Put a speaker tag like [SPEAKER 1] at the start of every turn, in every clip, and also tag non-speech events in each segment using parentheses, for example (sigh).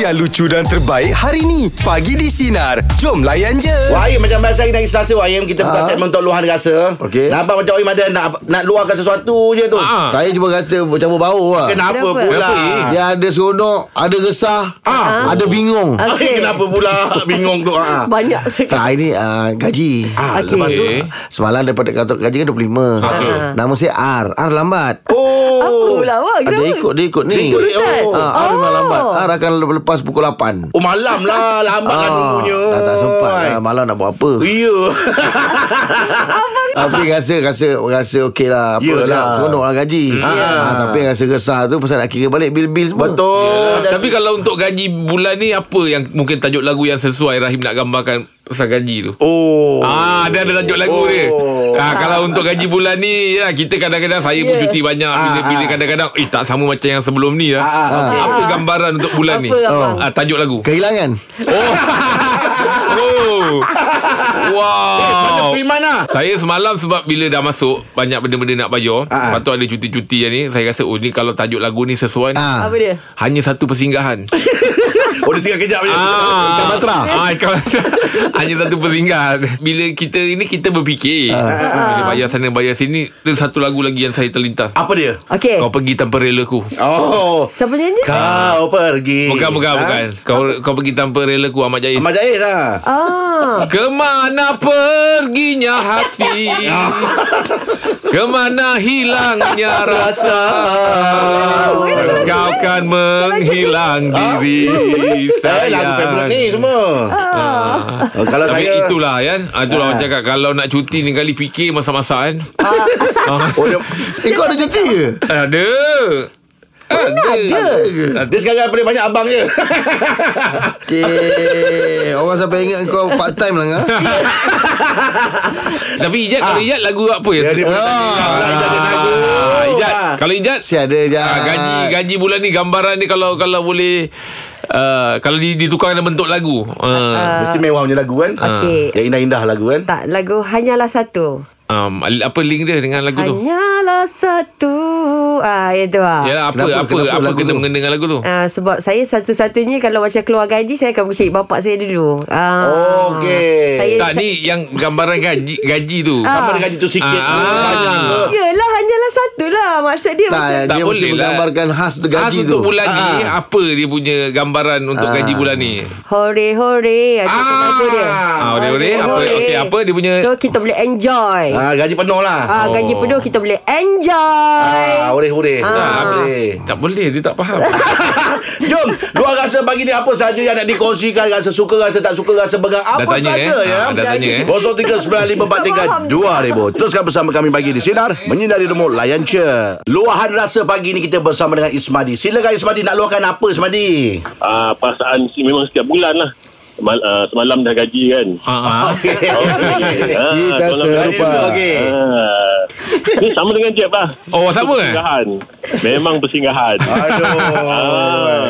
[SPEAKER 1] yang lucu dan terbaik hari ni. Pagi di Sinar. Jom layan je.
[SPEAKER 2] Wahim macam bahasa hari nangis rasa Wahim Kita bukan segmen untuk luahan rasa
[SPEAKER 3] Ah. Okey.
[SPEAKER 2] Nampak macam Wahim ada nak, nak luahkan sesuatu je tu
[SPEAKER 4] Ah.
[SPEAKER 3] Saya cuma rasa Macam berbau lah
[SPEAKER 2] Kenapa,
[SPEAKER 4] Kenapa?
[SPEAKER 2] pula?
[SPEAKER 4] Kenapa?
[SPEAKER 3] Dia ada seronok Ada resah
[SPEAKER 2] Ah.
[SPEAKER 3] Ada bingung
[SPEAKER 2] Ah,
[SPEAKER 4] Okey.
[SPEAKER 2] Kenapa
[SPEAKER 4] (laughs)
[SPEAKER 2] pula? Bingung tu ah.
[SPEAKER 4] Banyak
[SPEAKER 3] Tak,
[SPEAKER 4] sekali
[SPEAKER 3] hari ni uh, gaji
[SPEAKER 2] Ah,
[SPEAKER 4] Okey.
[SPEAKER 2] Lepas tu
[SPEAKER 4] Okey.
[SPEAKER 3] Semalam daripada kantor gaji kan 25
[SPEAKER 4] Okey.
[SPEAKER 3] Nama saya R R lambat
[SPEAKER 2] Oh
[SPEAKER 4] Apa pula awak
[SPEAKER 3] Ada ikut Dia ikut ni
[SPEAKER 2] Dia ikut, oh.
[SPEAKER 3] Ah, R memang
[SPEAKER 4] ya. Oh.
[SPEAKER 3] lambat R akan lepas pukul 8
[SPEAKER 2] Oh malam lah Lambat kan punya
[SPEAKER 3] Ah, Dah tak sempat lah Malam nak buat apa (laughs) Ah,
[SPEAKER 2] Ya
[SPEAKER 3] Tapi rasa Rasa rasa okey lah Apa
[SPEAKER 2] Yelah.
[SPEAKER 3] cakap Seronok lah gaji
[SPEAKER 2] Ah.
[SPEAKER 3] ah, Tapi rasa resah tu Pasal nak kira balik bil-bil semua
[SPEAKER 2] Betul Dan-
[SPEAKER 5] Ah, Ya, Tapi kalau untuk gaji bulan ni apa yang mungkin tajuk lagu yang sesuai Rahim nak gambarkan pasal gaji tu?
[SPEAKER 2] Oh
[SPEAKER 5] Ah, dia ada tajuk lagu
[SPEAKER 2] Oh.
[SPEAKER 5] dia. Ah, kalau untuk gaji bulan ni ya kita kadang-kadang saya pun
[SPEAKER 4] Ya.
[SPEAKER 5] cuti banyak bila-bila kadang-kadang eh tak sama macam yang sebelum ni lah.
[SPEAKER 2] Ah,
[SPEAKER 5] Ah, Apa gambaran untuk bulan ni?
[SPEAKER 4] Apa, abang?
[SPEAKER 5] Ah, tajuk lagu.
[SPEAKER 3] Kehilangan
[SPEAKER 5] Oh. oh. (laughs) Wow.
[SPEAKER 2] Pergi mana?
[SPEAKER 5] Saya semalam sebab bila dah masuk banyak benda-benda nak bayar, lepas tu ada cuti-cuti yang ni, saya rasa oh ni kalau tajuk lagu ni sesuai ni.
[SPEAKER 3] ah.
[SPEAKER 4] Apa dia?
[SPEAKER 5] Hanya satu persinggahan.
[SPEAKER 2] Oh dia singgah kejap je
[SPEAKER 5] Ah,
[SPEAKER 3] Ikan Batra.
[SPEAKER 5] Ah, ikan Batra. (laughs) Hanya satu persinggahan. Bila kita ini kita berfikir.
[SPEAKER 2] Ah.
[SPEAKER 5] Bila bayar sana bayar sini, ada satu lagu lagi yang saya terlintas.
[SPEAKER 2] Apa dia?
[SPEAKER 4] Okey
[SPEAKER 5] Kau pergi tanpa rela ku.
[SPEAKER 2] Oh
[SPEAKER 4] Siapa nyanyi?
[SPEAKER 2] Kau pergi
[SPEAKER 5] Bukan bukan
[SPEAKER 2] Ah?
[SPEAKER 5] bukan. Kau kau pergi tanpa rela ku Ahmad Jais.
[SPEAKER 2] Ahmad Jais lah
[SPEAKER 4] Ah,
[SPEAKER 5] Kemana perginya
[SPEAKER 2] (laughs)
[SPEAKER 5] hati Kemana hilangnya rasa Kau kan menghilang diri
[SPEAKER 2] Eh, lagu favorite ni
[SPEAKER 5] Sayang
[SPEAKER 2] semua. Oh, kalau
[SPEAKER 5] Ah. Tapi
[SPEAKER 2] saya
[SPEAKER 5] itulah kan Ah, Itulah orang cakap Kalau nak cuti ni kali fikir masa-masa kan
[SPEAKER 2] Oh, dia,
[SPEAKER 3] Eh kau ada cuti ke?
[SPEAKER 5] Ada Ada
[SPEAKER 2] dia sekarang paling banyak abang je.
[SPEAKER 3] Okay Orang sampai ingat kau part time lah
[SPEAKER 5] (laughs)
[SPEAKER 3] ngah.
[SPEAKER 5] Tapi Ijat Kalau Ijat lagu apa ya
[SPEAKER 2] Dia ada lagu.
[SPEAKER 5] Ah, Ijat
[SPEAKER 2] Ah.
[SPEAKER 5] Kalau Ijat
[SPEAKER 3] Si ada je
[SPEAKER 5] Ah, gaji gaji bulan ni gambaran ni kalau kalau boleh uh, kalau di, ditukar dengan bentuk lagu. Uh,
[SPEAKER 2] Mesti mewah punya lagu kan.
[SPEAKER 4] Okey.
[SPEAKER 2] Yang indah-indah lagu kan.
[SPEAKER 4] tak, lagu Hanyalah Satu.
[SPEAKER 5] um, al- apa link dia dengan lagu tu?
[SPEAKER 4] Hanyalah Satu. Ah, yang tu ah.
[SPEAKER 5] Yalah apa
[SPEAKER 3] Kenapa-
[SPEAKER 5] apa
[SPEAKER 3] kenapa
[SPEAKER 5] apa
[SPEAKER 3] lagu
[SPEAKER 5] kena
[SPEAKER 3] tu?
[SPEAKER 5] mengena dengan lagu tu?
[SPEAKER 4] Ah, sebab saya satu-satunya kalau macam keluar gaji saya akan bersyarik bapak saya dulu. Ah.
[SPEAKER 2] Oh, okey.
[SPEAKER 4] Saya
[SPEAKER 5] tak ni yang gambaran gaji gaji tu.
[SPEAKER 2] Sama dengan gaji tu sikit.
[SPEAKER 5] Ah.
[SPEAKER 2] tu, banyak ke.
[SPEAKER 4] Yelah hanyalah satu lah Maksud dia
[SPEAKER 3] Tak,
[SPEAKER 4] macam
[SPEAKER 5] tak
[SPEAKER 3] dia mesti
[SPEAKER 5] boleh lah.
[SPEAKER 3] menggambarkan khas tu Ah.
[SPEAKER 5] Gaji
[SPEAKER 3] gaji
[SPEAKER 5] untuk
[SPEAKER 3] tu
[SPEAKER 5] bulan ni apa dia punya gambaran untuk gaji bulan ni?
[SPEAKER 4] Hore hore Aku
[SPEAKER 5] Ah.
[SPEAKER 4] lagu dia
[SPEAKER 5] Ah, hore, hore. Apa- okey, apa dia punya-
[SPEAKER 4] So kita boleh enjoy ah.
[SPEAKER 2] Ah, gaji penuh lah.
[SPEAKER 4] Gaji
[SPEAKER 5] Oh.
[SPEAKER 4] penuh kita boleh enjoy
[SPEAKER 2] Ah, ureh-ureh.
[SPEAKER 4] Ah.
[SPEAKER 2] Ah, boleh.
[SPEAKER 5] Tak boleh dia tak faham.
[SPEAKER 2] Jom Luar rasa pagi ni Apa sahaja yang nak dikongsikan Rasa suka Rasa tak suka Rasa bengang Apa
[SPEAKER 5] dah tanya eh.
[SPEAKER 2] sahaja ya
[SPEAKER 5] Ah, dah tanya eh.
[SPEAKER 2] 0395432000 Teruskan bersama kami pagi di Sinar Menyinari Demo Layan Cia Luahan rasa pagi ni Kita bersama dengan Ismadi Silakan Ismadi Nak luahkan apa Ismadi
[SPEAKER 6] uh, perasaan si- memang setiap bulan lah. Semal, uh, semalam dah gaji
[SPEAKER 3] (laughs)
[SPEAKER 6] kan.
[SPEAKER 5] (laughs) Ah, ah.
[SPEAKER 6] Ah,
[SPEAKER 3] Kita
[SPEAKER 6] semalam dah gaji.
[SPEAKER 3] serupa
[SPEAKER 2] Okey
[SPEAKER 6] Ah. Ni sama dengan Jeb lah.
[SPEAKER 5] Oh, sama eh?
[SPEAKER 6] Persinggahan. Memang
[SPEAKER 5] (laughs)
[SPEAKER 6] persinggahan.
[SPEAKER 2] Aduh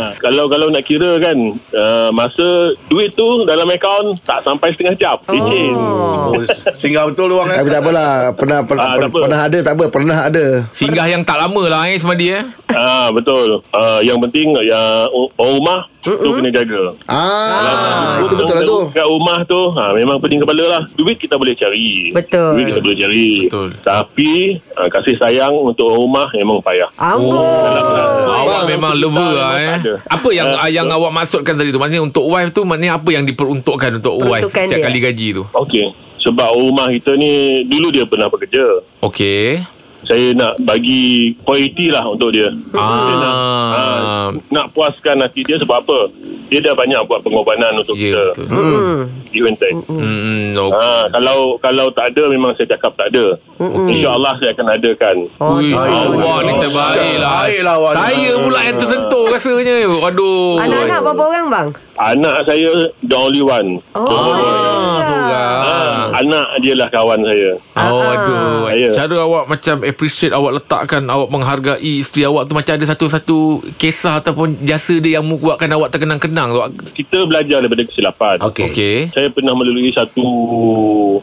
[SPEAKER 6] Ah, kalau kalau nak kira kan uh, masa duit tu dalam akaun tak sampai setengah jam. Licin.
[SPEAKER 2] Oh, Singgah betul luang eh
[SPEAKER 3] Tapi tak apalah Pernah, pernah,
[SPEAKER 6] Ah,
[SPEAKER 3] pernah,
[SPEAKER 6] tak apa.
[SPEAKER 3] pernah ada tak apa Pernah ada
[SPEAKER 5] Singgah yang tak lama lah eh Semadi eh.
[SPEAKER 6] Ah betul. Ah, yang penting ya orang rumah tu kena jaga.
[SPEAKER 3] Ah, Itu betul lah tu
[SPEAKER 6] Kat rumah tu ha, Memang pening kepala lah Duit kita boleh cari
[SPEAKER 4] Betul.
[SPEAKER 6] Duit kita boleh cari
[SPEAKER 5] Betul.
[SPEAKER 6] Tapi ha, Kasih sayang Untuk orang rumah Memang payah
[SPEAKER 4] Ambon
[SPEAKER 5] Awak
[SPEAKER 3] Abang,
[SPEAKER 5] memang lover lah eh.
[SPEAKER 6] ada.
[SPEAKER 5] Apa yang
[SPEAKER 6] Ah,
[SPEAKER 5] yang awak maksudkan tadi tu? Maksudnya untuk wife tu maknanya apa yang diperuntukkan untuk wife
[SPEAKER 4] Peruntukan
[SPEAKER 5] setiap
[SPEAKER 4] dia.
[SPEAKER 5] kali gaji tu?
[SPEAKER 6] Okey Sebab orang rumah kita ni Dulu dia pernah bekerja
[SPEAKER 5] Okey.
[SPEAKER 6] Saya nak bagi Priority lah untuk dia Saya nak, ha,
[SPEAKER 5] Ah.
[SPEAKER 6] nak puaskan hati dia Sebab apa Dia dah banyak buat pengorbanan Untuk
[SPEAKER 5] Ya
[SPEAKER 6] kita Hmm.
[SPEAKER 5] betul.
[SPEAKER 6] Give and take
[SPEAKER 5] Hmm,
[SPEAKER 3] Ah.
[SPEAKER 5] okey.
[SPEAKER 6] ha, Kalau kalau tak ada Memang saya cakap tak ada
[SPEAKER 4] Hmm.
[SPEAKER 6] InsyaAllah saya akan adakan
[SPEAKER 4] Oh,
[SPEAKER 5] Ui,
[SPEAKER 4] no.
[SPEAKER 5] awak ni terbaik lah.
[SPEAKER 2] Baik lah awak ni.
[SPEAKER 5] Saya pula yang tersentuh rasanya. Ah, Aduh.
[SPEAKER 4] Anak-anak berapa orang bang?
[SPEAKER 6] Anak saya The only one
[SPEAKER 4] Oh,
[SPEAKER 5] Ah, seorang.
[SPEAKER 6] Ah, anak dia lah kawan saya.
[SPEAKER 5] Oh aduh
[SPEAKER 6] Ya.
[SPEAKER 5] Cara awak macam Appreciate awak letakkan Awak menghargai Isteri awak tu Macam ada satu-satu Kisah ataupun Jasa dia yang Membuatkan awak terkenang-kenang tu
[SPEAKER 6] Kita belajar daripada kesilapan.
[SPEAKER 2] Okey
[SPEAKER 5] Okey
[SPEAKER 6] Saya pernah melalui satu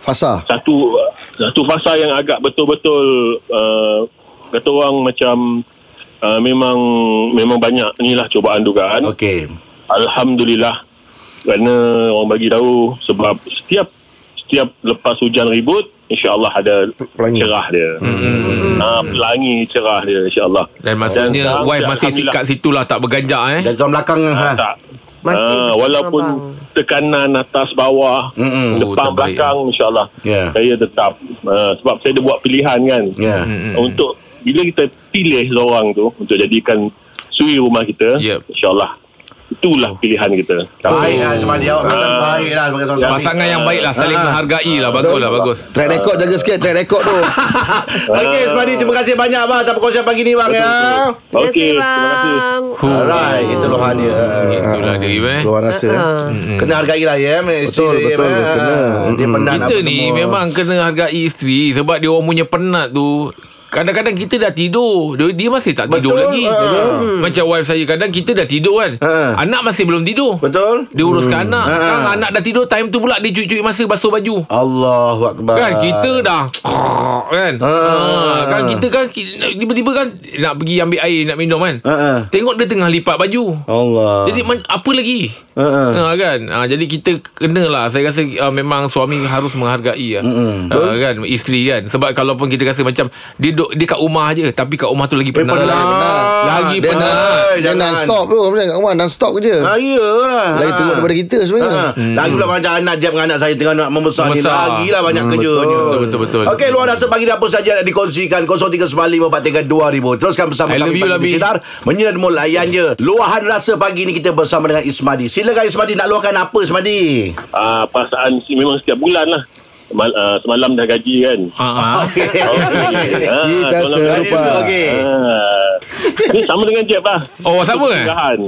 [SPEAKER 3] Fasa
[SPEAKER 6] satu satu fasa yang agak betul-betul uh, kata orang macam uh, memang memang banyak inilah lah cubaan dugaan.
[SPEAKER 2] Okey
[SPEAKER 6] Alhamdulillah kerana orang bagi tahu sebab setiap setiap lepas hujan ribut insyaallah ada
[SPEAKER 3] Pelangi.
[SPEAKER 6] cerah dia. Hmm. Ha, pelangi cerah dia insyaallah.
[SPEAKER 5] Dan maksudnya
[SPEAKER 6] sekarang-
[SPEAKER 5] wife masih
[SPEAKER 6] Alhamdulillah.
[SPEAKER 5] kat situ lah tak berganjak eh.
[SPEAKER 2] Dan tuan belakang ha.
[SPEAKER 6] tak.
[SPEAKER 4] Masih
[SPEAKER 6] Ah,
[SPEAKER 4] bersama
[SPEAKER 6] walaupun
[SPEAKER 4] abang.
[SPEAKER 6] tekanan atas bawah
[SPEAKER 2] Mm-mm.
[SPEAKER 5] Oh,
[SPEAKER 6] depan
[SPEAKER 5] terbaik.
[SPEAKER 6] belakang insyaallah
[SPEAKER 2] Ya.
[SPEAKER 6] saya tetap uh, sebab saya ada buat pilihan kan
[SPEAKER 2] Ya.
[SPEAKER 5] Mm-mm.
[SPEAKER 6] untuk bila kita pilih seorang tu untuk jadikan suri rumah kita
[SPEAKER 5] Yep.
[SPEAKER 6] insyaallah itulah pilihan kita
[SPEAKER 2] Baik lah Ismadi Awak
[SPEAKER 6] Ah.
[SPEAKER 2] makan baik lah Sebagai seorang suami
[SPEAKER 5] Pasangan
[SPEAKER 6] uh,
[SPEAKER 5] yang baik lah Saling menghargai lah Bagus lah bagus
[SPEAKER 3] Track record jaga sikit Track record tu
[SPEAKER 2] Okey
[SPEAKER 5] Ah.
[SPEAKER 2] Ismadi Terima kasih banyak bang Atas perkongsian pagi ni bang ya
[SPEAKER 4] Terima kasih,
[SPEAKER 6] Okey, terima kasih.
[SPEAKER 4] bang. Oh.
[SPEAKER 2] Alright Itu luahan dia
[SPEAKER 5] Hmm.
[SPEAKER 2] Ah,
[SPEAKER 5] Itulah dia Im eh.
[SPEAKER 3] Keluar rasa eh.
[SPEAKER 4] Ah.
[SPEAKER 2] Kena hargai lah ya
[SPEAKER 3] Betul, betul, kena.
[SPEAKER 2] Dia penat nak
[SPEAKER 3] Mm-mm.
[SPEAKER 5] Hmm. Kita ni
[SPEAKER 2] bertemu.
[SPEAKER 5] memang kena hargai isteri Sebab dia orang punya penat tu Kadang-kadang kita dah tidur Dia, dia masih tak tidur
[SPEAKER 2] Betul,
[SPEAKER 5] lagi
[SPEAKER 2] ha.
[SPEAKER 5] Macam wife saya Kadang kita dah tidur kan
[SPEAKER 2] Ha.
[SPEAKER 5] Anak masih belum tidur
[SPEAKER 2] Betul
[SPEAKER 5] Dia uruskan anak
[SPEAKER 2] Ha.
[SPEAKER 5] Sekarang anak dah tidur Time tu pula dia cuci-cuci masa basuh baju
[SPEAKER 2] Allahu Akbar
[SPEAKER 5] Kan kita dah (laughs) kan. Ha,
[SPEAKER 2] Ah.
[SPEAKER 5] kan kita kan ki- tiba-tiba kan nak pergi ambil air nak minum kan.
[SPEAKER 2] Ha,
[SPEAKER 3] Ah.
[SPEAKER 2] ha.
[SPEAKER 5] Tengok dia tengah lipat baju.
[SPEAKER 2] Allah
[SPEAKER 6] Ah.
[SPEAKER 5] Jadi man, apa lagi?
[SPEAKER 2] Ha, ha.
[SPEAKER 5] Ha, kan. Ha, jadi kita kenalah saya rasa uh, memang suami harus menghargai lah.
[SPEAKER 2] Mm-mm.
[SPEAKER 5] Ha, kan isteri kan. Sebab kalau pun kita rasa macam dia duk, dia kat rumah aje tapi kat rumah tu lagi penat.
[SPEAKER 2] penat.
[SPEAKER 5] Lagi
[SPEAKER 2] Dia
[SPEAKER 3] Dia,
[SPEAKER 5] penat.
[SPEAKER 3] non, dia
[SPEAKER 2] jangan.
[SPEAKER 3] non-stop tu Sebenarnya kat rumah Non-stop kerja
[SPEAKER 2] Ah, iyalah.
[SPEAKER 3] Lagi teruk daripada kita sebenarnya.
[SPEAKER 6] Ah.
[SPEAKER 2] Ha. Hmm. Lagi pula macam anak jam dengan anak saya tengah nak membesar, ni.
[SPEAKER 5] Eh, Membesar.
[SPEAKER 2] Lagilah banyak hmm, kerja.
[SPEAKER 5] Betul, betul, betul.
[SPEAKER 2] Okey, luar dasar pagi ni apa saja nak dikongsikan. 0395432000. Teruskan bersama
[SPEAKER 5] I love
[SPEAKER 2] kami
[SPEAKER 5] you,
[SPEAKER 2] pagi
[SPEAKER 5] Labi.
[SPEAKER 2] di Sinar. Menyinar dan mulayan je. Luahan rasa pagi ni kita bersama dengan Ismadi. Silakan Ismadi nak luahkan apa Ismadi?
[SPEAKER 6] Ah, perasaan si- memang setiap bulan lah Mal, ah, semalam dah gaji kan
[SPEAKER 5] Ha, ha.
[SPEAKER 6] (laughs)
[SPEAKER 2] Okey.
[SPEAKER 3] Oh,
[SPEAKER 6] Ah,
[SPEAKER 3] Kita
[SPEAKER 6] semalam dah gaji.
[SPEAKER 3] serupa
[SPEAKER 2] Okey.
[SPEAKER 6] Ah. Ni sama dengan Jeb lah
[SPEAKER 5] Oh, sama, eh?
[SPEAKER 6] Persinggahan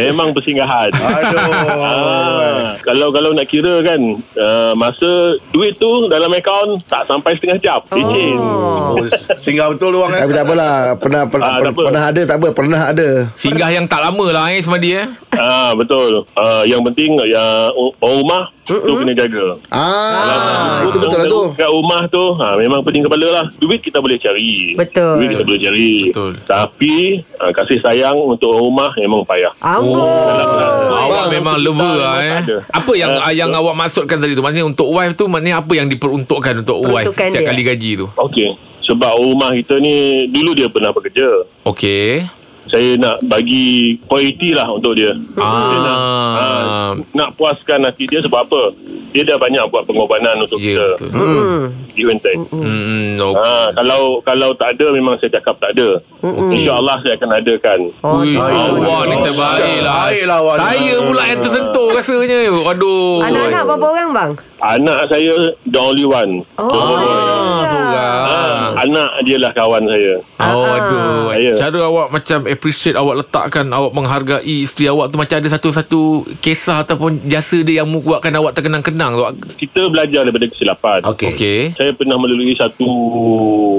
[SPEAKER 6] Memang
[SPEAKER 3] (laughs)
[SPEAKER 6] persinggahan
[SPEAKER 2] Aduh.
[SPEAKER 6] Ah, kalau kalau nak kira kan uh, masa duit tu dalam akaun tak sampai setengah jam. Licin.
[SPEAKER 4] Oh.
[SPEAKER 2] Oh, singgah betul luang eh.
[SPEAKER 3] Tapi tak apalah Pernah, per,
[SPEAKER 6] Ah, tak
[SPEAKER 3] per,
[SPEAKER 6] apa.
[SPEAKER 3] pernah ada tak apa Pernah ada
[SPEAKER 5] Singgah yang tak lama lah eh Semadi eh.
[SPEAKER 6] Ah betul. Ah yang penting ya orang rumah tu kena jaga.
[SPEAKER 3] Ah, Itu betul lah tu
[SPEAKER 6] Kalau Kat rumah tu ha, Memang pening kepala lah Duit kita boleh cari
[SPEAKER 4] Betul.
[SPEAKER 6] Duit kita boleh cari
[SPEAKER 5] Betul.
[SPEAKER 6] Tapi ah, Kasih sayang untuk orang rumah Memang payah
[SPEAKER 4] Amboi.
[SPEAKER 5] Awak
[SPEAKER 3] Abang,
[SPEAKER 5] memang lover lah eh.
[SPEAKER 6] tak ada.
[SPEAKER 5] Apa yang
[SPEAKER 6] Ah,
[SPEAKER 5] yang awak maksudkan tadi tu? Maksudnya untuk wife tu maknanya apa yang diperuntukkan untuk wife
[SPEAKER 4] Peruntukan
[SPEAKER 5] setiap
[SPEAKER 4] dia.
[SPEAKER 5] kali gaji tu?
[SPEAKER 6] Okey Sebab orang rumah kita ni Dulu dia pernah bekerja
[SPEAKER 5] Okey.
[SPEAKER 6] saya nak bagi priority lah untuk dia.
[SPEAKER 5] Ah.
[SPEAKER 6] Saya nak, ah, nak puaskan hati dia sebab apa? Dia dah banyak buat pengorbanan untuk
[SPEAKER 5] Ya
[SPEAKER 6] yeah,
[SPEAKER 5] betul.
[SPEAKER 6] kita. Hmm. Give and take.
[SPEAKER 5] Hmm, okey.
[SPEAKER 6] Ah, kalau kalau tak ada memang saya cakap tak ada.
[SPEAKER 5] Hmm,
[SPEAKER 6] InsyaAllah saya akan adakan.
[SPEAKER 4] Oh,
[SPEAKER 5] Ui,
[SPEAKER 4] tak.
[SPEAKER 5] awak ni terbaik lah.
[SPEAKER 2] Baik lah awak ni.
[SPEAKER 5] Saya pula yang tersentuh rasanya. Aduh.
[SPEAKER 4] Anak-anak
[SPEAKER 6] Oh.
[SPEAKER 4] berapa orang bang?
[SPEAKER 6] Ah. Anak saya the only one.
[SPEAKER 4] Oh,
[SPEAKER 5] Ah, seorang.
[SPEAKER 6] Ah, anak dia lah kawan saya.
[SPEAKER 5] Oh aduh
[SPEAKER 6] Ya.
[SPEAKER 5] Cara awak macam Appreciate awak letakkan Awak menghargai Isteri awak tu Macam ada satu-satu Kisah ataupun Jasa dia yang Buatkan awak terkenang-kenang tu
[SPEAKER 6] Kita belajar daripada kesilapan.
[SPEAKER 2] Okey.
[SPEAKER 5] Okey
[SPEAKER 6] Saya pernah melalui satu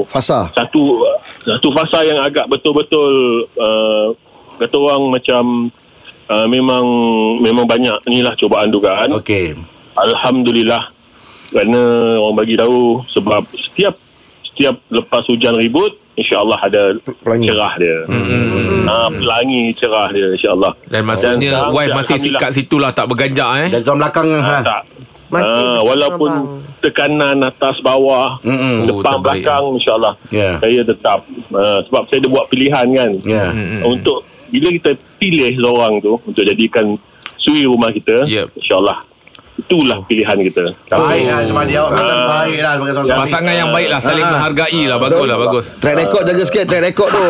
[SPEAKER 3] Fasa
[SPEAKER 6] satu satu fasa yang agak betul-betul uh, kata orang macam uh, memang memang banyak inilah cubaan dugaan.
[SPEAKER 2] Okey.
[SPEAKER 6] Alhamdulillah kerana orang bagi tahu sebab setiap setiap lepas hujan ribut insyaallah ada
[SPEAKER 3] Pelangi.
[SPEAKER 6] cerah dia. Hmm. Ah pelangi cerah dia insyaallah.
[SPEAKER 5] Dan maksudnya
[SPEAKER 6] sekarang
[SPEAKER 5] Wife
[SPEAKER 6] saya
[SPEAKER 5] masih
[SPEAKER 6] Alhamdulillah.
[SPEAKER 5] kat situ lah Tak berganjak eh
[SPEAKER 2] Dan tuan belakang ha.
[SPEAKER 6] Ah, Tak.
[SPEAKER 4] Masih
[SPEAKER 6] Ah,
[SPEAKER 4] bersama
[SPEAKER 6] walaupun
[SPEAKER 4] abang.
[SPEAKER 6] tekanan atas bawah
[SPEAKER 2] Mm-mm.
[SPEAKER 6] depan
[SPEAKER 5] Oh, terbaik.
[SPEAKER 6] belakang insyaallah
[SPEAKER 2] Ya.
[SPEAKER 6] saya tetap uh, sebab saya ada buat pilihan kan
[SPEAKER 2] Ya.
[SPEAKER 6] Mm-mm. untuk bila kita pilih seorang tu untuk jadikan suri rumah kita
[SPEAKER 5] Yep.
[SPEAKER 6] insyaallah itulah pilihan kita
[SPEAKER 2] Baik lah Ismadi Awak makan baik lah Sebagai seorang suami
[SPEAKER 5] Pasangan yang baik lah Saling menghargai lah Bagus lah bagus
[SPEAKER 3] Track record jaga sikit Track record tu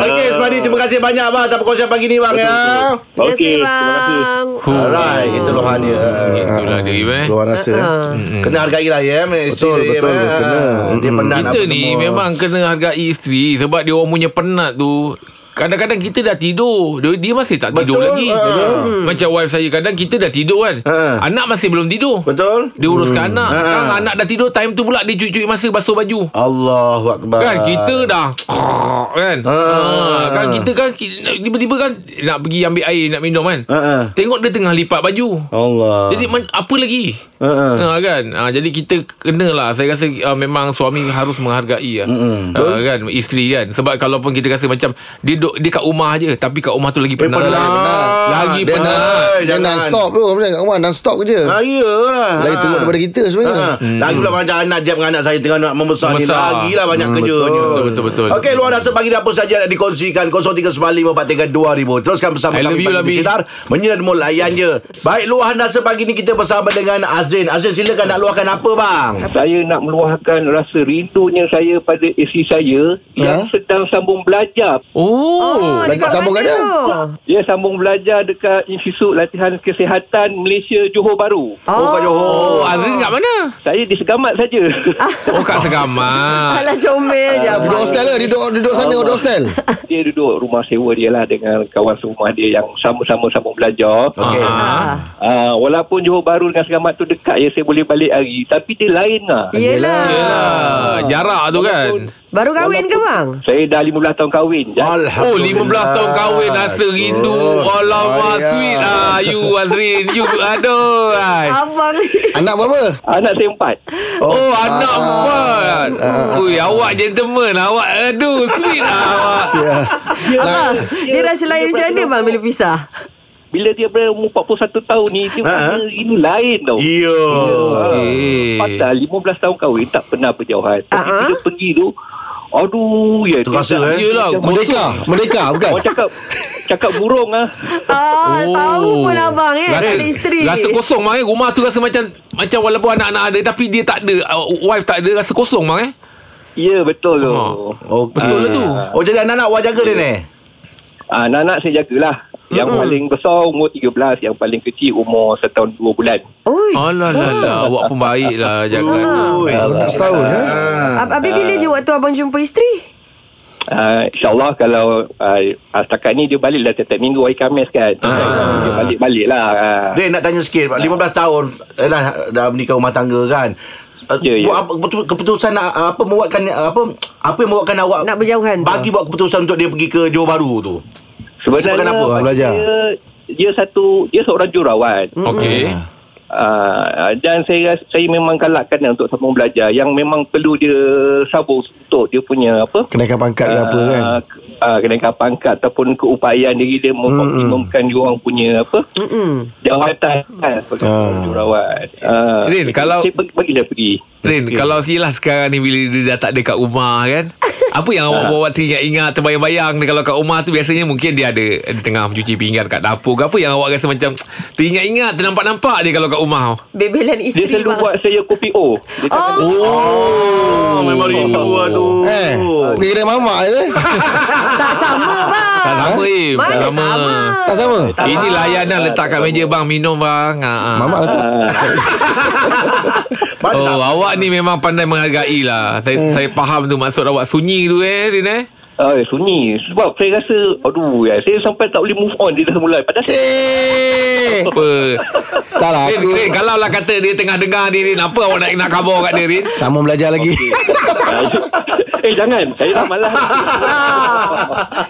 [SPEAKER 2] Okey Ismadi Terima kasih banyak bang Atas perkongsian pagi ni bang ya.
[SPEAKER 4] Terima kasih
[SPEAKER 6] Okey, terima kasih.
[SPEAKER 4] bang.
[SPEAKER 2] Alright, itu luahan dia.
[SPEAKER 3] Hmm,
[SPEAKER 5] Itulah dia Im eh
[SPEAKER 3] Keluar rasa eh.
[SPEAKER 4] Ah.
[SPEAKER 2] Kena hargai lah ya. ha.
[SPEAKER 3] Betul, betul, kena. Hmm.
[SPEAKER 2] Dia penat nak
[SPEAKER 5] Kita ni
[SPEAKER 2] bertemu.
[SPEAKER 5] memang kena hargai isteri Sebab dia orang punya penat tu Kadang-kadang kita dah tidur Dia, dia masih tak tidur
[SPEAKER 2] Betul,
[SPEAKER 5] lagi
[SPEAKER 2] ah.
[SPEAKER 5] Macam wife saya Kadang kita dah tidur kan
[SPEAKER 2] Ah.
[SPEAKER 5] Anak masih belum tidur
[SPEAKER 2] Betul?
[SPEAKER 5] Dia uruskan
[SPEAKER 2] Ah.
[SPEAKER 5] anak Sekarang anak dah tidur Time tu pula dia cuci-cuci masa basuh baju
[SPEAKER 2] Allahu Akbar.
[SPEAKER 5] Kan kita dah (laughs) kan
[SPEAKER 2] Ah.
[SPEAKER 5] ah, kan kita kan ki- tiba-tiba kan nak pergi ambil air nak minum kan
[SPEAKER 2] Ah, ah.
[SPEAKER 5] tengok dia tengah lipat baju
[SPEAKER 2] Allah.
[SPEAKER 5] jadi man, apa lagi?
[SPEAKER 2] Ha-ha.
[SPEAKER 5] Ha, kan? Ha, jadi kita kena lah. Saya rasa uh, memang suami harus menghargai lah. Ha, kan? Isteri kan. Sebab kalau pun kita rasa macam dia duk, dia kat rumah je. Tapi kat rumah tu lagi penat.
[SPEAKER 2] penat.
[SPEAKER 5] Lagi lagi
[SPEAKER 3] Dia,
[SPEAKER 5] pernah.
[SPEAKER 3] non,
[SPEAKER 2] Hai,
[SPEAKER 3] dia
[SPEAKER 2] Ah, jangan.
[SPEAKER 3] non-stop tu Macam kat rumah non-stop kerja
[SPEAKER 2] Ha, iyalah.
[SPEAKER 3] Lagi teruk daripada kita sebenarnya.
[SPEAKER 2] Hmm. Lagi pula macam anak Jeb dengan anak saya tengah nak membesar, ni.
[SPEAKER 5] Membesar.
[SPEAKER 2] Lagilah banyak hmm, kerjanya.
[SPEAKER 5] Betul, betul, betul.
[SPEAKER 2] Okey, luar dasar pagi ni apa saja nak dikongsikan. 0395432000. Teruskan bersama
[SPEAKER 5] I love
[SPEAKER 2] kami
[SPEAKER 5] you,
[SPEAKER 2] pagi
[SPEAKER 5] Labi.
[SPEAKER 2] di Sinar. Menyinar dan layan je. Baik, luar dasar pagi ni kita bersama dengan Azrin. Azrin, silakan nak luahkan apa, bang?
[SPEAKER 6] Saya nak meluahkan rasa rindunya saya pada isteri saya
[SPEAKER 4] Ya.
[SPEAKER 6] yang
[SPEAKER 3] Ha?
[SPEAKER 6] sedang sambung belajar.
[SPEAKER 5] Oh.
[SPEAKER 3] dekat sambung
[SPEAKER 4] mana
[SPEAKER 3] ada.
[SPEAKER 4] tu?
[SPEAKER 6] Dia sambung belajar dekat Institut Latihan Kesihatan Malaysia Johor Bahru.
[SPEAKER 2] Oh, kat Johor.
[SPEAKER 5] Oh, Azrin kat mana?
[SPEAKER 6] Saya di Segamat
[SPEAKER 4] (laughs)
[SPEAKER 6] saja.
[SPEAKER 5] Oh, kat
[SPEAKER 6] Ah.
[SPEAKER 5] Segamat.
[SPEAKER 4] Alah comel je.
[SPEAKER 3] Duduk hostel ke? Duduk, duduk sana, duduk hostel
[SPEAKER 6] dia duduk rumah sewa dia lah dengan kawan rumah dia yang sama-sama sambung belajar.
[SPEAKER 2] Okey.
[SPEAKER 5] Ah.
[SPEAKER 6] Uh, walaupun Johor Bahru dengan Segamat tu dekat ya saya boleh balik hari. Tapi dia lain lah.
[SPEAKER 2] Ya.
[SPEAKER 4] Yelah.
[SPEAKER 5] Yelah, jarak tu kan.
[SPEAKER 4] Baru kahwin ke bang?
[SPEAKER 6] Saya dah 15 tahun kahwin. Jadi,
[SPEAKER 5] Oh, 15 tahun kahwin rasa rindu. Alamak,
[SPEAKER 3] Ayah.
[SPEAKER 5] sweet ah you Azrin. You aduh. Ay.
[SPEAKER 4] Abang ni.
[SPEAKER 3] Anak berapa?
[SPEAKER 6] anak saya empat.
[SPEAKER 5] Oh, anak empat. Ui, awak gentleman. Awak aduh sweet ah awak.
[SPEAKER 3] Ya.
[SPEAKER 4] Abang, dia rasa lain macam mana bang bila pisah?
[SPEAKER 6] Bila dia berumur 41 tahun ni, dia
[SPEAKER 2] Ha? Ya,
[SPEAKER 6] ha? ini lain tau. Ah,
[SPEAKER 2] Iya.
[SPEAKER 5] Okey.
[SPEAKER 6] Pasal 15 tahun kahwin tak pernah berjauhan. Tapi
[SPEAKER 4] Ah, ah.
[SPEAKER 6] bila pergi tu, aduh ya.
[SPEAKER 2] Ha,
[SPEAKER 6] dia
[SPEAKER 2] Terasa,
[SPEAKER 6] tak-
[SPEAKER 2] eh?
[SPEAKER 5] Yelah,
[SPEAKER 3] Merdeka
[SPEAKER 5] kosong.
[SPEAKER 3] Merdeka bukan?
[SPEAKER 6] Orang cakap cakap burung ah.
[SPEAKER 4] Ah, tahu pun abang eh.
[SPEAKER 5] Oh. Rasa,
[SPEAKER 4] Ada isteri.
[SPEAKER 5] Rasa kosong bang eh. Rumah tu rasa macam macam walaupun anak-anak ada tapi dia tak ada uh, wife tak ada rasa kosong bang eh.
[SPEAKER 6] Ya betul tu.
[SPEAKER 5] Ha.
[SPEAKER 2] Okey.
[SPEAKER 5] Betul lah tu.
[SPEAKER 2] Oh, jadi anak-anak awak jaga dia ni?
[SPEAKER 6] Ah anak-anak saya jagalah. Yang paling besar umur 13, yang paling kecil umur setahun dua bulan.
[SPEAKER 4] Oi.
[SPEAKER 5] Alah lah lah
[SPEAKER 4] Oh.
[SPEAKER 5] awak pun
[SPEAKER 4] Ah.
[SPEAKER 5] baiklah jaga.
[SPEAKER 2] Ui.
[SPEAKER 3] Nak setahun ya?
[SPEAKER 4] Ab- Habis bila je waktu abang jumpa isteri?
[SPEAKER 6] Uh, InsyaAllah kalau uh, setakat ni dia balik dah tiap-tiap minggu hari Khamis kan. Dia balik-balik lah. Ah.
[SPEAKER 2] Dia nak tanya sikit 15 tahun Yalah dah menikah rumah tangga kan Uh,
[SPEAKER 6] Ya, ya.
[SPEAKER 2] buat apa, keputu- keputusan nak, uh, apa membuatkan uh, apa apa yang membuatkan awak
[SPEAKER 4] Nak berjauhan tu.
[SPEAKER 2] bagi buat keputusan untuk dia pergi ke Johor Bahru tu Sebab
[SPEAKER 6] Sebenarnya
[SPEAKER 2] kenapa?
[SPEAKER 3] Belajar. Hmm.
[SPEAKER 6] Dia, dia satu dia seorang jurawan.
[SPEAKER 5] Okey.
[SPEAKER 3] Ah.
[SPEAKER 6] Uh, dan saya ras- saya memang galakkan dia untuk sambung belajar yang memang perlu dia sabur untuk dia punya apa
[SPEAKER 3] Kenaikan pangkat ke apa kan?
[SPEAKER 6] Ah, ke- ah, kenaikan pangkat ataupun keupayaan diri dia
[SPEAKER 3] Hmm.
[SPEAKER 6] mengoptimumkan dia orang punya apa
[SPEAKER 4] Mm-mm.
[SPEAKER 6] jawatan kan sebagai
[SPEAKER 3] Ah.
[SPEAKER 6] seorang jurawan. Ah,
[SPEAKER 5] Rin, kalau-
[SPEAKER 6] saya pergi, bagi dia pergi.
[SPEAKER 5] Rin, kalau silah sekarang ni bila dia dah tak ada kat rumah kan. Apa yang awak buat teringat-ingat terbayang-bayang dia kalau kat rumah tu biasanya mungkin dia ada di tengah mencuci pinggan kat dapur ke apa yang awak rasa macam teringat-ingat ternampak-nampak dia kalau kat rumah.
[SPEAKER 4] Ah. Bebelan
[SPEAKER 6] Dia
[SPEAKER 4] isteri
[SPEAKER 6] selalu
[SPEAKER 4] bang.
[SPEAKER 6] buat saya kopi O. Dia tak
[SPEAKER 4] Oh,
[SPEAKER 2] oh memang rindu lah tu
[SPEAKER 3] Eh, pergi kedai mamak je. eh.
[SPEAKER 4] tak sama bang.
[SPEAKER 5] Tak sama, Im. Tak
[SPEAKER 4] Mana
[SPEAKER 5] sama.
[SPEAKER 4] sama.
[SPEAKER 3] Tak sama.
[SPEAKER 5] Ini layanan letak kat meja bang minum bang. Ha, ha.
[SPEAKER 3] Mamak lah tak.
[SPEAKER 6] "Ah,
[SPEAKER 2] Mana
[SPEAKER 5] Oh,
[SPEAKER 2] tak- Hmm.
[SPEAKER 5] awak ni memang pandai menghargai lah. Saya, saya faham tu maksud awak sunyi tu eh, Rin eh.
[SPEAKER 6] Ah, sunyi sebab saya rasa aduh ya, saya sampai tak boleh move on dia dah mula padahal
[SPEAKER 3] Cik.
[SPEAKER 5] Apa?
[SPEAKER 3] Tak lah
[SPEAKER 5] Rin,
[SPEAKER 3] aku.
[SPEAKER 5] Rin, kalau lah kata dia tengah dengar ni, Rin, apa awak nak nak khabar kat dia, Rin?
[SPEAKER 3] Sama belajar lagi.
[SPEAKER 6] (laughs) eh jangan saya dah malas
[SPEAKER 4] Ah.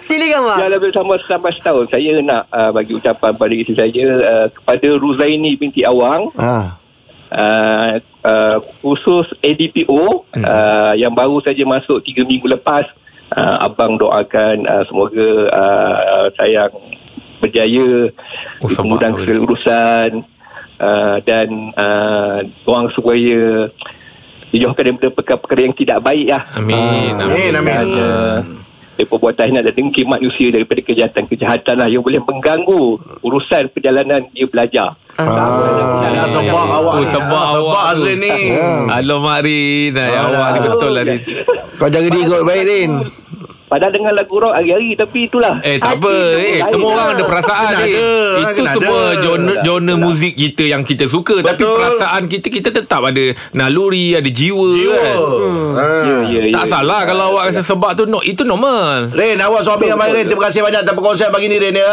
[SPEAKER 4] Silakan bang.
[SPEAKER 6] Yang lebih sama sampai setahun Saya nak uh, bagi ucapan pada isteri saya uh, Kepada Ruzaini binti Awang
[SPEAKER 3] Ha.
[SPEAKER 6] uh, uh, Khusus ADPO
[SPEAKER 5] Hmm.
[SPEAKER 6] uh, Yang baru saja masuk 3 minggu lepas uh, Abang doakan uh, Semoga uh, sayang berjaya
[SPEAKER 5] Oh, sabar.
[SPEAKER 6] Dimudahkan segala urusan uh, Dan uh, orang supaya Dijauhkan daripada perkara-perkara yang tidak baik lah
[SPEAKER 5] Amin.
[SPEAKER 2] Amin, amin.
[SPEAKER 6] dan uh, dari perbuatan ini ada dengki manusia daripada kejahatan-kejahatan lah yang boleh mengganggu urusan perjalanan dia belajar.
[SPEAKER 5] Ah.
[SPEAKER 2] Dah sebab
[SPEAKER 5] Oh,
[SPEAKER 2] awak ni. Dah
[SPEAKER 5] sebab
[SPEAKER 2] sebab
[SPEAKER 5] awak tu.
[SPEAKER 2] Azrin ni
[SPEAKER 5] Alamak, Rin. Ay,
[SPEAKER 2] Ah,
[SPEAKER 5] awak ni betul lah, Rin.
[SPEAKER 6] (laughs)
[SPEAKER 3] Kau jaga diri kau baik, Rin.
[SPEAKER 6] Padahal dengar lagu rock hari-hari tapi itulah.
[SPEAKER 5] Eh
[SPEAKER 4] Hati
[SPEAKER 5] tak apa
[SPEAKER 4] tu
[SPEAKER 5] eh,
[SPEAKER 6] lain
[SPEAKER 5] Semua
[SPEAKER 6] lah.
[SPEAKER 5] orang ada perasaan
[SPEAKER 2] Kena
[SPEAKER 5] eh.
[SPEAKER 2] ada, orang
[SPEAKER 5] Itu
[SPEAKER 2] kena
[SPEAKER 5] semua
[SPEAKER 2] ada.
[SPEAKER 5] genre, genre muzik kita Yang kita suka Tapi
[SPEAKER 2] Betul.
[SPEAKER 5] perasaan kita Kita tetap ada Naluri Ada jiwa,
[SPEAKER 2] Jiwa.
[SPEAKER 5] kan
[SPEAKER 2] Ha.
[SPEAKER 6] ya,
[SPEAKER 5] Tak salah Kalau awak rasa sebab tu no, Itu normal
[SPEAKER 2] Rin awak suami yang baik Rin Terima kasih banyak atas perkongsian pagi ni Rin ya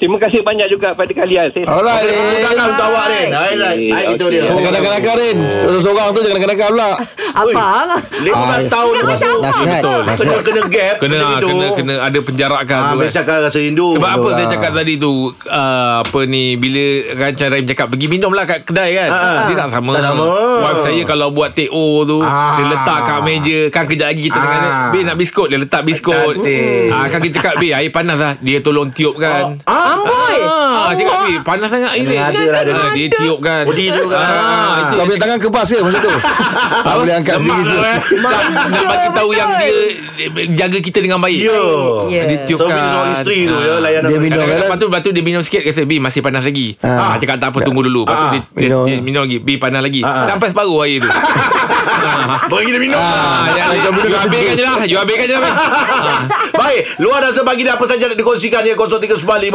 [SPEAKER 6] Terima kasih banyak juga pada kalian. Saya
[SPEAKER 3] Alright, Rin.
[SPEAKER 2] Tangan untuk awak Rin Alright Hai itu dia
[SPEAKER 6] Okay.
[SPEAKER 3] Jangan kadang-kadang, Rin. Seorang tu jangan kadang-kadang pula.
[SPEAKER 4] Abang.
[SPEAKER 2] Ui. 15
[SPEAKER 3] Ah,
[SPEAKER 2] tahun
[SPEAKER 3] nas- Nasihat.
[SPEAKER 2] Kena
[SPEAKER 3] Nasihat.
[SPEAKER 2] kena gap
[SPEAKER 5] Kena kena,
[SPEAKER 2] benda
[SPEAKER 5] kena,
[SPEAKER 2] itu.
[SPEAKER 5] kena, kena ada penjarakan
[SPEAKER 2] Ah,
[SPEAKER 5] tu kan.
[SPEAKER 2] mesti akan rasa Ya. rindu.
[SPEAKER 5] Sebab apa
[SPEAKER 3] Betul
[SPEAKER 5] saya
[SPEAKER 3] lah.
[SPEAKER 5] cakap tadi tu uh, Apa ni Bila Rancan Rahim cakap Pergi minum lah kat kedai kan
[SPEAKER 2] Ah.
[SPEAKER 5] Dia tak sama
[SPEAKER 2] Tak sama.
[SPEAKER 5] Wife saya kalau buat TO tu
[SPEAKER 2] Ah.
[SPEAKER 5] Dia letak kat meja Kan kejap lagi kita
[SPEAKER 2] Ah.
[SPEAKER 5] dengan dia Bih nak biskut Dia letak biskut
[SPEAKER 2] Cantik.
[SPEAKER 5] ah, Kan kita cakap Bih air panas lah Dia tolong tiupkan
[SPEAKER 2] Ah,
[SPEAKER 4] Amboi.
[SPEAKER 5] Ah, cakap Bih panas sangat air ni
[SPEAKER 2] Ada, ada, ada. lah.
[SPEAKER 5] Ah, Dia tiupkan
[SPEAKER 2] Oh, dia tiupkan.
[SPEAKER 5] ah, itu
[SPEAKER 3] Kau punya tangan kebas ke masa tu? tak boleh angkat sendiri tu. eh.
[SPEAKER 5] nak, nak bagi tahu
[SPEAKER 4] Betul.
[SPEAKER 5] yang dia eh, Jaga kita dengan baik
[SPEAKER 2] Ya.
[SPEAKER 4] Ya.
[SPEAKER 5] Dia tiupkan
[SPEAKER 2] Service seorang isteri tu ya layanan.
[SPEAKER 3] Dia minum
[SPEAKER 5] Kadang-kadang
[SPEAKER 3] kan?
[SPEAKER 5] Lepas tu, lepas tu dia minum sikit Kata B masih panas lagi
[SPEAKER 3] Ah.
[SPEAKER 5] ah. Cakap tak apa tunggu dulu Lepas tu
[SPEAKER 2] Ah.
[SPEAKER 5] dia, dia,
[SPEAKER 3] Minum.
[SPEAKER 5] dia minum lagi B panas lagi
[SPEAKER 2] Ah.
[SPEAKER 5] Sampai separuh air tu
[SPEAKER 2] Bagi kita minum.
[SPEAKER 5] ah, ya,
[SPEAKER 3] macam
[SPEAKER 5] ya,
[SPEAKER 3] budak
[SPEAKER 5] You habiskan
[SPEAKER 3] kecil.
[SPEAKER 5] je lah You habiskan je lah Bang. Ah.
[SPEAKER 2] Baik, luar rasa pagi ni apa saja nak dikongsikan ya 0395432000. Teruskan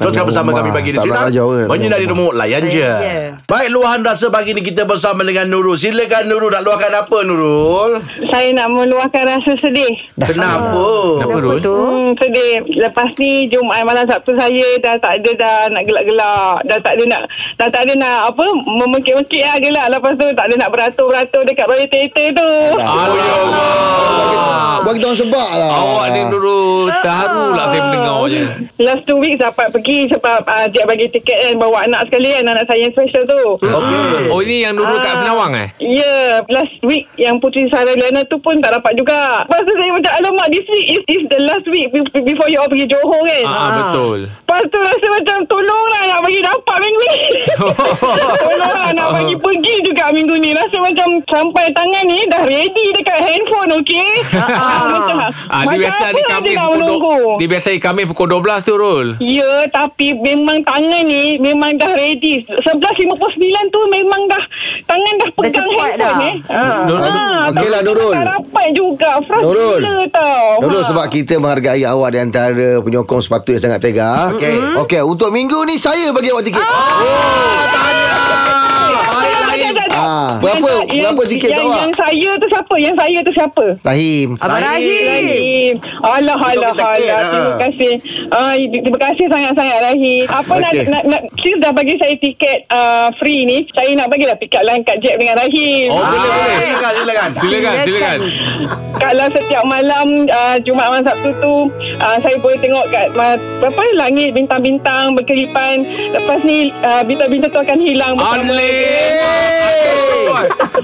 [SPEAKER 3] Tanjung
[SPEAKER 2] bersama
[SPEAKER 3] Rumah.
[SPEAKER 2] kami pagi di
[SPEAKER 3] Tak
[SPEAKER 2] sini.
[SPEAKER 3] nak jauh ke,
[SPEAKER 2] Menyinari
[SPEAKER 3] Tanjung
[SPEAKER 2] rumah layan je.
[SPEAKER 4] Layan je.
[SPEAKER 2] Baik, luahan rasa pagi ni kita bersama dengan Nurul. Silakan Nurul nak luahkan apa Nurul?
[SPEAKER 7] Saya nak meluahkan rasa sedih.
[SPEAKER 2] Kenapa?
[SPEAKER 5] Kenapa Rul?
[SPEAKER 4] tu?
[SPEAKER 7] Hmm, sedih. Lepas ni Jumaat malam Sabtu saya dah tak ada dah nak gelak-gelak. Dah tak ada nak dah tak ada nak apa memekik-mekik lah gelak. Lepas tu tak ada nak beratur-beratur dekat balik teater tu.
[SPEAKER 5] Alah
[SPEAKER 3] Buat kita orang sebab lah.
[SPEAKER 5] Ah. Awak ni Nurul Terharu lah saya mendengar je
[SPEAKER 7] Ah. Last two weeks dapat pergi sebab uh, Jack bagi tiket kan bawa anak sekali kan anak saya yang special tu.
[SPEAKER 2] Okey.
[SPEAKER 5] Oh ini yang Nurul kat
[SPEAKER 7] Ah.
[SPEAKER 5] Senawang eh?
[SPEAKER 7] Ya, yeah, last week yang Puteri Sarah Liana tu pun tak dapat juga. Lepas tu saya macam, alamak, this week is, is the last week be- before you all pergi Johor kan.
[SPEAKER 5] Ah, ah, betul
[SPEAKER 7] Lepas tu rasa macam tolonglah nak bagi dapat minggu
[SPEAKER 5] (laughs)
[SPEAKER 7] ni. tolonglah nak bagi
[SPEAKER 5] Oh.
[SPEAKER 7] pergi juga minggu ni. Rasa macam sampai tangan ni dah ready dekat handphone, okey? ah, macam,
[SPEAKER 5] Ah, dia biasa hari
[SPEAKER 7] apa
[SPEAKER 5] Khamis
[SPEAKER 7] dia nak
[SPEAKER 5] pukul
[SPEAKER 7] menunggu?
[SPEAKER 5] do- Dia biasa hari Khamis pukul 12 tu Rul
[SPEAKER 7] Ya, tapi memang tangan ni memang dah ready. 11.59 tu memang dah tangan dah pegang
[SPEAKER 4] cepat
[SPEAKER 7] handphone
[SPEAKER 4] dah.
[SPEAKER 7] eh. Ha.
[SPEAKER 5] Nurul-
[SPEAKER 3] Okey lah, Nurul.
[SPEAKER 7] Tak dapat juga. Frust
[SPEAKER 3] Nurul.
[SPEAKER 7] gila tau.
[SPEAKER 3] Dulu
[SPEAKER 7] Ha.
[SPEAKER 3] sebab kita menghargai awak di antara penyokong sepatu yang sangat tega. Mm-hmm.
[SPEAKER 2] Okey.
[SPEAKER 3] Okey, Ah. untuk minggu ni saya bagi awak tiket.
[SPEAKER 5] Ah,
[SPEAKER 7] Sekejap, sekejap, sekejap.
[SPEAKER 3] Ah, berapa
[SPEAKER 7] Ah, Yang-
[SPEAKER 3] berapa ah? tiket
[SPEAKER 7] yang,
[SPEAKER 3] tu awak?
[SPEAKER 7] yang saya tu siapa? Yang saya tu siapa?
[SPEAKER 3] Rahim.
[SPEAKER 4] Abang
[SPEAKER 2] Rahim.
[SPEAKER 4] Rahim.
[SPEAKER 7] Rahim. Alah,
[SPEAKER 2] Kita
[SPEAKER 7] alah,
[SPEAKER 2] kita kek,
[SPEAKER 7] alah.
[SPEAKER 2] ha.
[SPEAKER 7] Terima kasih. Ah, terima kasih sangat-sangat, Rahim. Apa nak,
[SPEAKER 3] Okey.
[SPEAKER 7] nak, nak, since dah bagi saya tiket ah, free ni, saya nak bagilah pick up line kat Jack dengan Rahim.
[SPEAKER 5] Oh,
[SPEAKER 2] Ah,
[SPEAKER 5] boleh, boleh.
[SPEAKER 2] Silakan, ah. silakan.
[SPEAKER 5] Silakan, silakan.
[SPEAKER 7] Kalau lah setiap malam uh, Jumaat malam Sabtu tu uh, Saya boleh tengok kat uh, Berapa langit bintang-bintang berkelipan Lepas ni uh, Bintang-bintang tu akan hilang bersama.
[SPEAKER 5] Alim.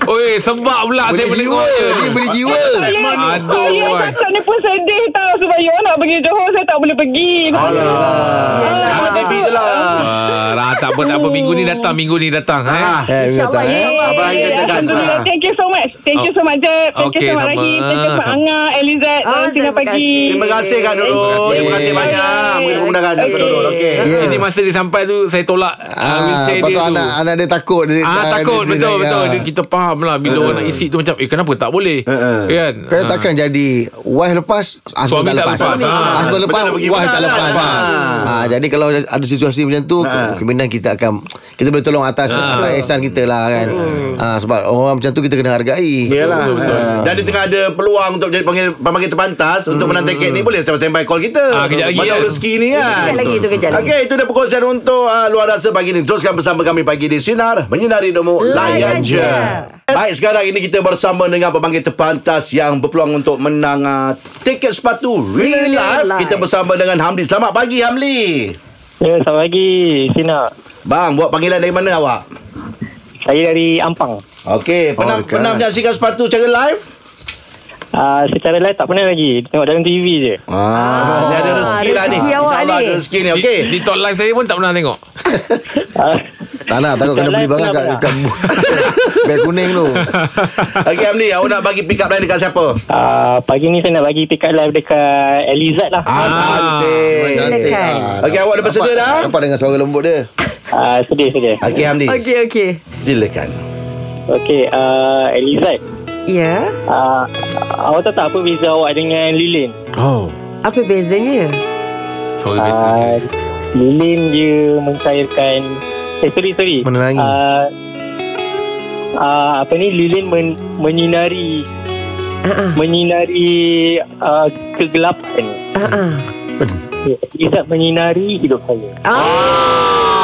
[SPEAKER 5] Oi, sebab pula saya
[SPEAKER 3] Beli
[SPEAKER 5] mendengar
[SPEAKER 3] jiwa.
[SPEAKER 5] je.
[SPEAKER 3] Dia beli jiwa.
[SPEAKER 7] Saya,
[SPEAKER 5] Aduh,
[SPEAKER 7] saya
[SPEAKER 5] boy.
[SPEAKER 7] cakap ni pun sedih tau Sebab you all nak pergi Johor Saya tak boleh pergi
[SPEAKER 2] Alah. Awak TV je lah.
[SPEAKER 5] Ah, Rah, tak apa tak apa minggu ni datang, minggu ni datang eh.
[SPEAKER 2] Ah.
[SPEAKER 3] Eh,
[SPEAKER 4] InsyaAllah
[SPEAKER 3] minta,
[SPEAKER 4] ya.
[SPEAKER 3] eh.
[SPEAKER 2] Abang Rahim katakan.
[SPEAKER 7] Alhamdulillah
[SPEAKER 2] Ah.
[SPEAKER 7] Thank you so much Thank you so much Jeb Thank
[SPEAKER 5] Okey,
[SPEAKER 7] you so
[SPEAKER 5] sama.
[SPEAKER 7] much Rahim Thank you so much
[SPEAKER 5] Sama.
[SPEAKER 7] Angah
[SPEAKER 4] Ah,
[SPEAKER 7] Elizad Lawan Sinar
[SPEAKER 4] terima
[SPEAKER 7] Pagi
[SPEAKER 4] kasih.
[SPEAKER 2] Terima kasih Kak Nurul. Terima kasih banyak. Mungkin kemudahan Kak Nurul. Okey.
[SPEAKER 3] Ya.
[SPEAKER 5] Ini masa dia sampai tu saya tolak ah,
[SPEAKER 3] Ah,
[SPEAKER 5] wheelchair
[SPEAKER 3] lepas
[SPEAKER 5] dia
[SPEAKER 3] tu
[SPEAKER 5] tu.
[SPEAKER 3] anak anak dia takut dia,
[SPEAKER 5] Ah takut
[SPEAKER 3] dia- dia
[SPEAKER 5] betul
[SPEAKER 3] naik,
[SPEAKER 5] betul
[SPEAKER 3] ah.
[SPEAKER 5] dia, kita faham lah bila orang nak isi tu macam eh kenapa tak boleh
[SPEAKER 2] Uh-uh.
[SPEAKER 5] kan
[SPEAKER 3] Kau takkan jadi Wife lepas Husband
[SPEAKER 5] Suami
[SPEAKER 3] tak
[SPEAKER 5] tak
[SPEAKER 3] lepas
[SPEAKER 5] lepas. Ah.
[SPEAKER 3] Husband
[SPEAKER 2] Betul
[SPEAKER 3] lepas
[SPEAKER 2] nak pergi
[SPEAKER 3] Wife
[SPEAKER 2] mana
[SPEAKER 3] tak
[SPEAKER 2] lah.
[SPEAKER 3] lepas
[SPEAKER 2] Ah.
[SPEAKER 3] Ah, Jadi kalau ada situasi macam tu
[SPEAKER 2] Ah.
[SPEAKER 3] Kemungkinan kita akan Kita boleh tolong atas Atas ihsan kita lah kan
[SPEAKER 2] Hmm.
[SPEAKER 3] Ah, Sebab orang macam tu Kita kena hargai
[SPEAKER 2] Yalah.
[SPEAKER 4] eh.
[SPEAKER 2] Dan dia tengah ada peluang untuk jadi panggil pemanggil terpantas untuk menang tiket ni boleh standby call kita.
[SPEAKER 5] Ah, kejap lagi,
[SPEAKER 2] Macam
[SPEAKER 5] ya.
[SPEAKER 2] rezeki ni
[SPEAKER 4] Kejap
[SPEAKER 2] kan.
[SPEAKER 4] lagi tu kejap lagi.
[SPEAKER 2] Okey, itu dia perkongsian untuk uh, luar rasa pagi ni. Teruskan bersama kami pagi di Sinar. Menyinari demo layan
[SPEAKER 4] Layan
[SPEAKER 2] je.
[SPEAKER 4] je.
[SPEAKER 2] Baik, sekarang ini kita bersama dengan pemanggil terpantas yang berpeluang untuk menang uh, tiket sepatu Real
[SPEAKER 4] Real
[SPEAKER 2] Life.
[SPEAKER 4] Life.
[SPEAKER 2] Kita bersama dengan Hamdi. Selamat pagi, Hamli.
[SPEAKER 8] Ya, selamat pagi, Sina.
[SPEAKER 2] Bang, buat panggilan dari mana awak?
[SPEAKER 8] Saya dari Ampang.
[SPEAKER 2] Okey, pernah
[SPEAKER 3] dekat.
[SPEAKER 2] pernah menyaksikan sepatu secara live?
[SPEAKER 8] Uh, secara live tak pernah lagi. Tengok dalam TV je.
[SPEAKER 2] Ah, dia ada rezeki lah ni.
[SPEAKER 4] rezeki awak
[SPEAKER 2] InsyaAllah
[SPEAKER 4] ni.
[SPEAKER 2] ada rezeki ni.
[SPEAKER 5] Okey.
[SPEAKER 2] Okey.
[SPEAKER 5] Di, di talk live saya pun tak pernah tengok.
[SPEAKER 8] Uh,
[SPEAKER 3] Tak nak takut kena
[SPEAKER 8] Jalan
[SPEAKER 3] beli barang kat,
[SPEAKER 8] pernah,
[SPEAKER 3] kat (laughs) Beg kuning
[SPEAKER 2] (laughs)
[SPEAKER 3] tu Ah,
[SPEAKER 2] Okey Amni, awak nak bagi pick up line dekat siapa?
[SPEAKER 8] uh, pagi ni saya nak bagi pick up live dekat Elizad lah.
[SPEAKER 5] Ah.
[SPEAKER 2] Eh,
[SPEAKER 3] Cantik ah.
[SPEAKER 2] Okey, awak dah bersedia
[SPEAKER 3] Nampak-
[SPEAKER 2] dah?
[SPEAKER 3] Nampak dengan suara lembut dia
[SPEAKER 8] Uh, sedih, sedih.
[SPEAKER 2] Okey Amni.
[SPEAKER 4] Okey, okey.
[SPEAKER 2] Silakan.
[SPEAKER 8] Okey, uh, Elizad.
[SPEAKER 4] Ya.
[SPEAKER 8] Uh, awak tahu tak apa beza awak dengan Lilin?
[SPEAKER 3] Oh
[SPEAKER 4] Apa bezanya?
[SPEAKER 5] Sorry biasa.
[SPEAKER 7] Ah.
[SPEAKER 8] Uh, Lilin dia mencairkan... Eh, sorry, sorry.
[SPEAKER 3] Menerangi.
[SPEAKER 8] Uh, uh, apa ni, Lilin men, menyinari...
[SPEAKER 4] Ha
[SPEAKER 8] Menyinari uh, kegelapan.
[SPEAKER 4] ah.
[SPEAKER 3] Ben-
[SPEAKER 8] Izzat menyinari hidup saya.
[SPEAKER 4] Ah.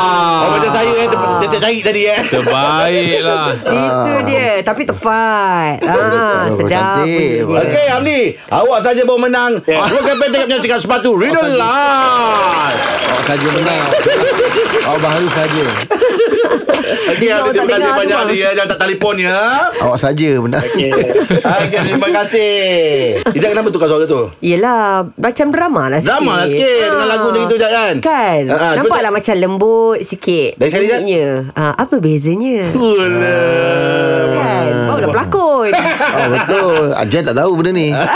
[SPEAKER 2] Ah, Oh, macam saya eh Tercek cari tadi eh
[SPEAKER 5] Terbaiklah.
[SPEAKER 4] Itu
[SPEAKER 2] Ah.
[SPEAKER 4] dia Tapi tepat ah,
[SPEAKER 2] (laughs)
[SPEAKER 3] Oh,
[SPEAKER 4] Sedap
[SPEAKER 3] cantik.
[SPEAKER 4] bunyi dia.
[SPEAKER 2] Okey Amni Awak saja baru menang Dua kempen tengah menyaksikan sepatu Riddle
[SPEAKER 3] saja.
[SPEAKER 2] Live
[SPEAKER 3] Awak saja menang Awak baharu saja
[SPEAKER 2] Okey Amni
[SPEAKER 4] Awak tak
[SPEAKER 2] terima kasih
[SPEAKER 4] dengar
[SPEAKER 2] banyak
[SPEAKER 4] tu,
[SPEAKER 2] dia Yang tak telefon ya
[SPEAKER 3] Awak saja menang (laughs)
[SPEAKER 2] Okey terima kasih Ijak kenapa tukar suara tu
[SPEAKER 4] Yelah Macam drama lah sikit
[SPEAKER 2] Drama lah sikit Dengan
[SPEAKER 4] Ah.
[SPEAKER 2] lagu macam itu Ijak kan
[SPEAKER 4] Kan
[SPEAKER 2] Ah, ah,
[SPEAKER 4] uh,
[SPEAKER 2] tu
[SPEAKER 4] Nampaklah macam lembut sikit
[SPEAKER 2] Dari sekali, Ah. Jad?
[SPEAKER 4] Bunyinya Ah, Apa bezanya
[SPEAKER 2] Itulah
[SPEAKER 4] Kan Bawa dah berlakon
[SPEAKER 2] (laughs)
[SPEAKER 3] Oh betul Ajar tak tahu benda ni
[SPEAKER 2] Ah.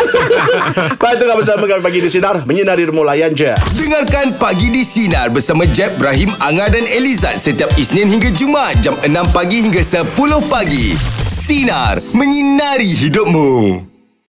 [SPEAKER 2] Baik tengah bersama kami pagi di Sinar Menyinari rumah layan je
[SPEAKER 1] Dengarkan Pagi di Sinar bersama Jeb, Ibrahim, Anga dan Elizad setiap Isnin hingga Jumaat jam 6 pagi hingga 10 pagi. Sinar, menyinari hidupmu.